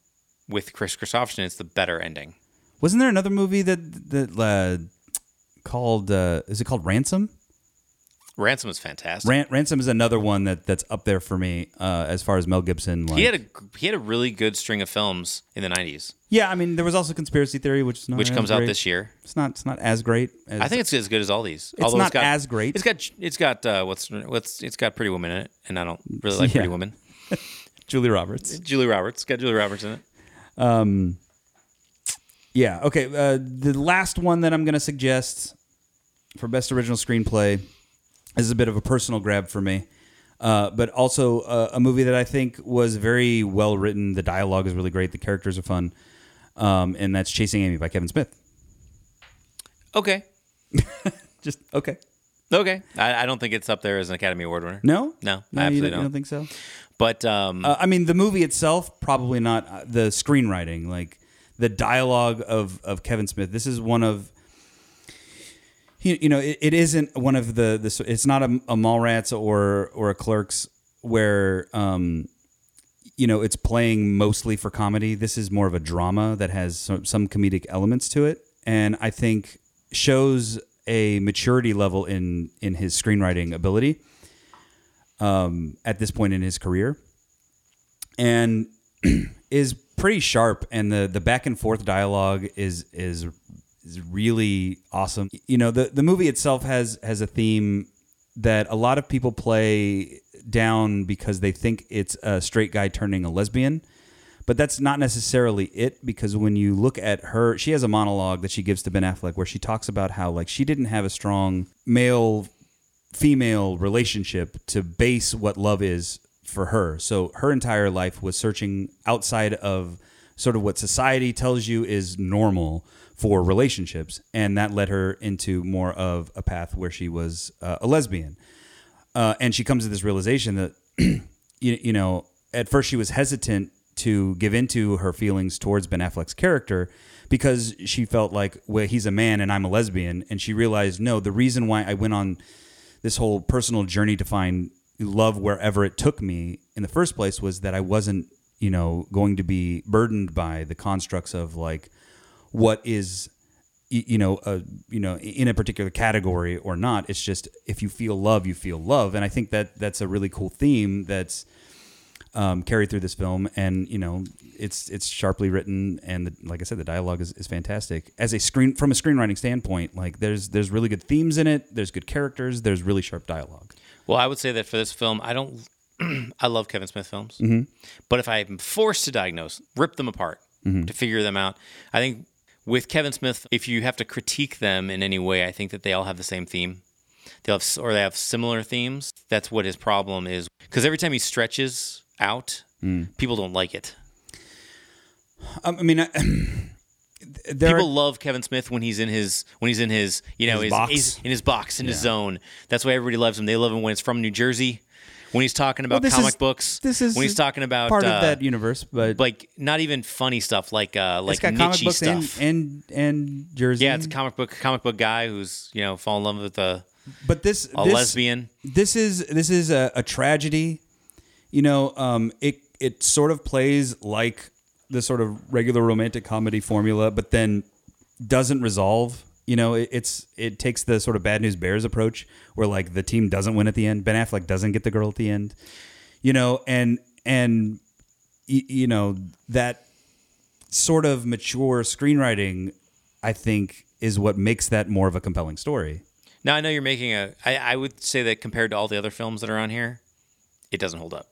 S1: with Chris Christopherson, it's the better ending.
S2: Wasn't there another movie that that uh, called? Uh, is it called Ransom?
S1: Ransom is fantastic.
S2: Ran- Ransom is another one that that's up there for me uh, as far as Mel Gibson. Like,
S1: he had a he had a really good string of films in the '90s,
S2: yeah, I mean, there was also Conspiracy Theory, which is not
S1: which
S2: as
S1: comes out
S2: great.
S1: this year.
S2: It's not. It's not as great. As,
S1: I think it's as good as all these.
S2: It's not as great.
S1: It's got it's got uh, what's what's it's got Pretty Woman in it, and I don't really like Pretty
S2: Yeah.
S1: Woman.
S2: Julie Roberts.
S1: Julie Roberts it's got Julie Roberts in it.
S2: Yeah. Okay. Uh, the last one that I'm going to suggest for best original screenplay is a bit of a personal grab for me, uh, but also uh, a movie that I think was very well written. The dialogue is really great. The characters are fun, um, and that's Chasing Amy by Kevin Smith.
S1: Okay,
S2: Just okay.
S1: okay. I, I don't think it's up there as an Academy Award winner.
S2: No.
S1: No, I
S2: you,
S1: absolutely
S2: don't, you
S1: don't.
S2: don't think so.
S1: But um,
S2: Uh, I mean, the movie itself probably not uh, the screenwriting, like the dialogue of of Kevin Smith. This is one of you, you know it, it isn't one of the the it's not a, a Mallrats or or a Clerks where um you know it's playing mostly for comedy. This is more of a drama that has some, some comedic elements to it, and I think shows a maturity level in in his screenwriting ability um, at this point in his career and is pretty sharp and the the back and forth dialogue is is is really awesome. You know, the the movie itself has has a theme that a lot of people play down because they think it's a straight guy turning a lesbian. But that's not necessarily it because when you look at her, she has a monologue that she gives to Ben Affleck where she talks about how like she didn't have a strong male female relationship to base what love is for her. So her entire life was searching outside of sort of what society tells you is normal for relationships. And that led her into more of a path where she was uh, a lesbian. Uh, and she comes to this realization that, you, you know, at first she was hesitant to give into her feelings towards Ben Affleck's character because she felt like, well, he's a man and I'm a lesbian. And she realized, no, the reason why I went on this whole personal journey to find love wherever it took me in the first place was that I wasn't, you know, going to be burdened by the constructs of like what is y- you know, uh, you know, in a particular category or not. It's just if you feel love, you feel love, and I think that that's a really cool theme that's um, carried through this film. And you know, it's it's sharply written, and the, like I said, the dialogue is, is fantastic. As a screen from a screenwriting standpoint, like there's there's really good themes in it. There's good characters. There's really sharp dialogue.
S1: Well, I would say that for this film, I don't. I love Kevin Smith films, but if I'm forced to diagnose, rip them apart to figure them out, I think with Kevin Smith, if you have to critique them in any way, I think that they all have the same theme. They have s- or they have similar themes. That's what his problem is because every time he stretches out, people don't like it.
S2: Um, I mean, I, there
S1: People
S2: are-
S1: love Kevin Smith when he's in his when he's in his you know
S2: His
S1: his,
S2: box.
S1: he's in his box in his zone. That's why everybody loves him. They love him when it's from New Jersey, when he's talking about
S2: oh, this
S1: comic
S2: is-
S1: books.
S2: This is
S1: when he's talking about
S2: part
S1: uh,
S2: of that universe, but
S1: like not even funny stuff like uh
S2: it's
S1: like
S2: got comic
S1: niche
S2: books
S1: stuff.
S2: and and and Jersey.
S1: yeah, it's a comic book comic book guy who's you know fall in love with a,
S2: but this
S1: a
S2: this,
S1: lesbian.
S2: this is this is a, a tragedy you know um it it sort of plays like the sort of regular romantic comedy formula but then doesn't resolve you know it, it's it takes the sort of bad news bears approach where like the team doesn't win at the end ben affleck doesn't get the girl at the end you know and and y- you know that sort of mature screenwriting i think is what makes that more of a compelling story
S1: Now I know you're making a. I, I would say that compared to all the other films that are on here, it doesn't hold up.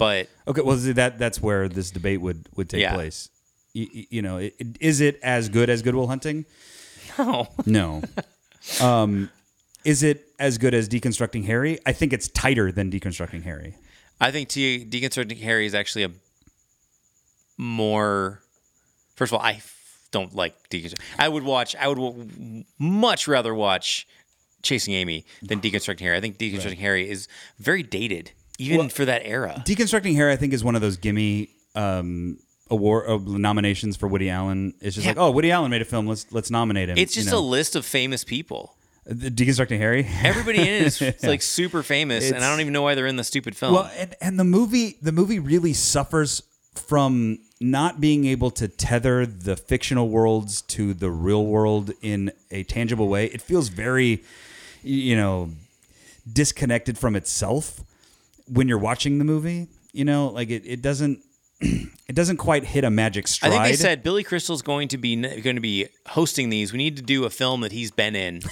S1: But
S2: Okay, well see, that that's where this debate would would take
S1: Yeah.
S2: place. Y- y- You, know, i- i- is it as good as Goodwill Hunting?
S1: no,
S2: No. um, is it as good as Deconstructing Harry? I think it's tighter than Deconstructing Harry.
S1: I think T- Deconstructing Harry is actually a more. First of all, I f- don't like Deconstructing. I would watch. I would w- much rather watch Chasing Amy than Deconstructing Harry. I think Deconstructing Harry is very dated, even for that era.
S2: Deconstructing Harry, I think, is one of those gimme um, award uh, nominations for Woody Allen. It's just
S1: Yeah.
S2: like, oh, Woody Allen made a film. Let's let's nominate him.
S1: it's just
S2: you
S1: a
S2: know.
S1: list of famous people.
S2: The Deconstructing Harry.
S1: Everybody in it is like super famous, and I
S2: It's-
S1: don't even know why they're in the stupid film.
S2: Well, and, and the movie the movie really suffers from not being able to tether the fictional worlds to the real world in a tangible way. It feels very, you know, disconnected from itself when you're watching the movie. You know, like it, it doesn't it doesn't quite hit a magic
S1: I
S2: stride.
S1: think they said Billy Crystal's going to be going to be hosting these. We need to do a film that he's been in.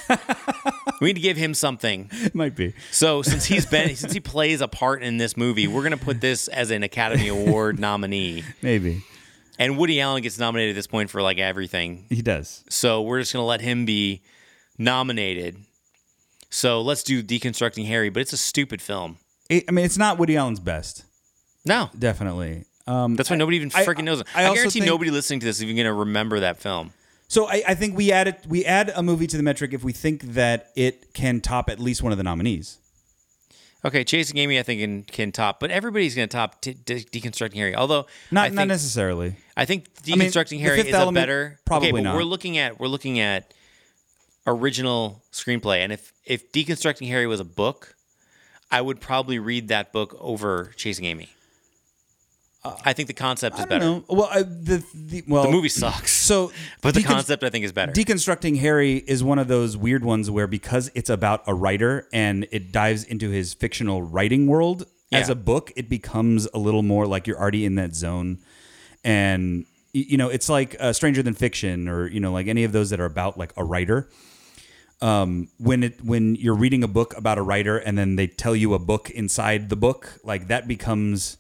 S1: we need to give him something.
S2: it might be.
S1: So since he's been since he plays a part in this movie, we're going to put this as an Academy Award nominee.
S2: Maybe.
S1: And Woody Allen gets nominated at this point for like everything.
S2: He does.
S1: So we're just going to let him be nominated. So let's do Deconstructing Harry, but it's a stupid film.
S2: It, I mean, it's not Woody Allen's best,
S1: No.
S2: definitely. Um,
S1: That's why nobody even
S2: I-
S1: freaking knows it.
S2: I
S1: I,
S2: also
S1: guarantee
S2: think-
S1: nobody listening to this is even going to remember that film.
S2: So I, I think we add it, we add a movie to the metric if we think that it can top at least one of the nominees.
S1: Okay, Chasing Amy, I think can, can top, but everybody's going to top t- De- Deconstructing Harry. Although
S2: Not
S1: I think,
S2: not necessarily.
S1: I think
S2: mean,
S1: Deconstructing
S2: The
S1: Harry
S2: Fifth
S1: is a
S2: Element,
S1: better.
S2: probably
S1: okay, but
S2: not.
S1: We're looking at we're looking at original screenplay, and if if Deconstructing Harry was a book, I would probably read that book over Chasing Amy. I think the concept is
S2: Uh, I don't
S1: better.
S2: know. Well, I, the, the well
S1: The movie sucks,
S2: So,
S1: but the
S2: Decon-
S1: concept I think is better.
S2: Deconstructing Harry is one of those weird ones where because it's about a writer and it dives into his fictional writing world as
S1: Yeah.
S2: a book, it becomes a little more like you're already in that zone. And y- you know, it's like uh, Stranger Than Fiction or you know, like any of those that are about like a writer. Um, when it when you're reading a book about a writer and then they tell you a book inside the book, like that becomes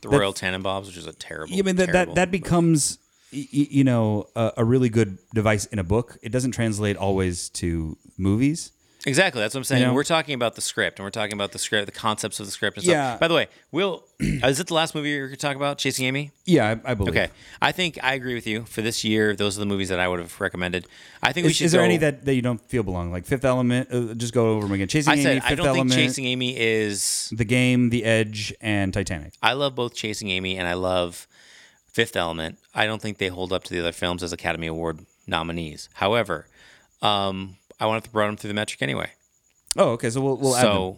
S1: the Royal Tannenbaums, which is a terrible.
S2: I mean that that,
S1: terrible
S2: that becomes y- y- you know a, a really good device in a book. It doesn't translate always to movies.
S1: Exactly. That's what I'm saying.
S2: know?
S1: We're talking about the script, and we're talking about the script, the concepts of the script, and stuff.
S2: Yeah.
S1: By the way, will is it the last movie you're going to talk about, Chasing Amy?
S2: Yeah, I, I believe.
S1: Okay, I think I agree with you. For this year, those are the movies that I would have recommended. I think we
S2: Is,
S1: should.
S2: is there
S1: go-
S2: any that, that you don't feel belong? Like Fifth Element, uh, just go over them again. Chasing
S1: I said
S2: Amy, Fifth
S1: I don't
S2: Element,
S1: think Chasing Amy is.
S2: The Game, The Edge, and Titanic.
S1: I love both Chasing Amy and I love Fifth Element. I don't think they hold up to the other films as Academy Award nominees. However, um, I want to run them through the metric anyway.
S2: Oh, okay. So we'll we'll add them.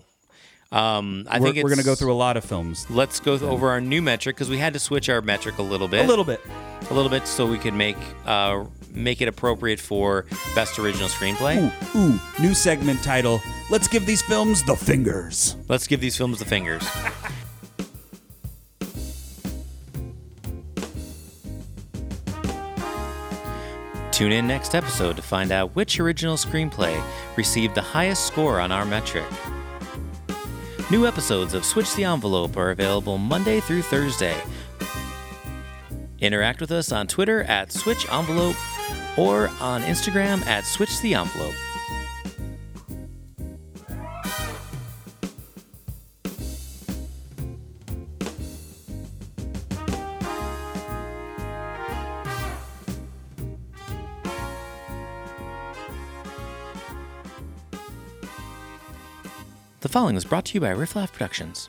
S1: so, um, I
S2: We're,
S1: think
S2: we're going to
S1: it's-
S2: go through a lot of films.
S1: Let's go th- over our new metric because we had to switch our metric a little bit,
S2: A little bit.
S1: a little bit, so we could make uh, make it appropriate for best original screenplay.
S2: Ooh, ooh, new segment title. Let's give these films the fingers.
S1: Let's give these films the fingers. Tune in next episode to find out which original screenplay received the highest score on our metric. New episodes of Switch the Envelope are available Monday through Thursday. Interact with us on Twitter at Switch Envelope or on Instagram at Switch the Envelope. The following was brought to you by Rifflaff Productions.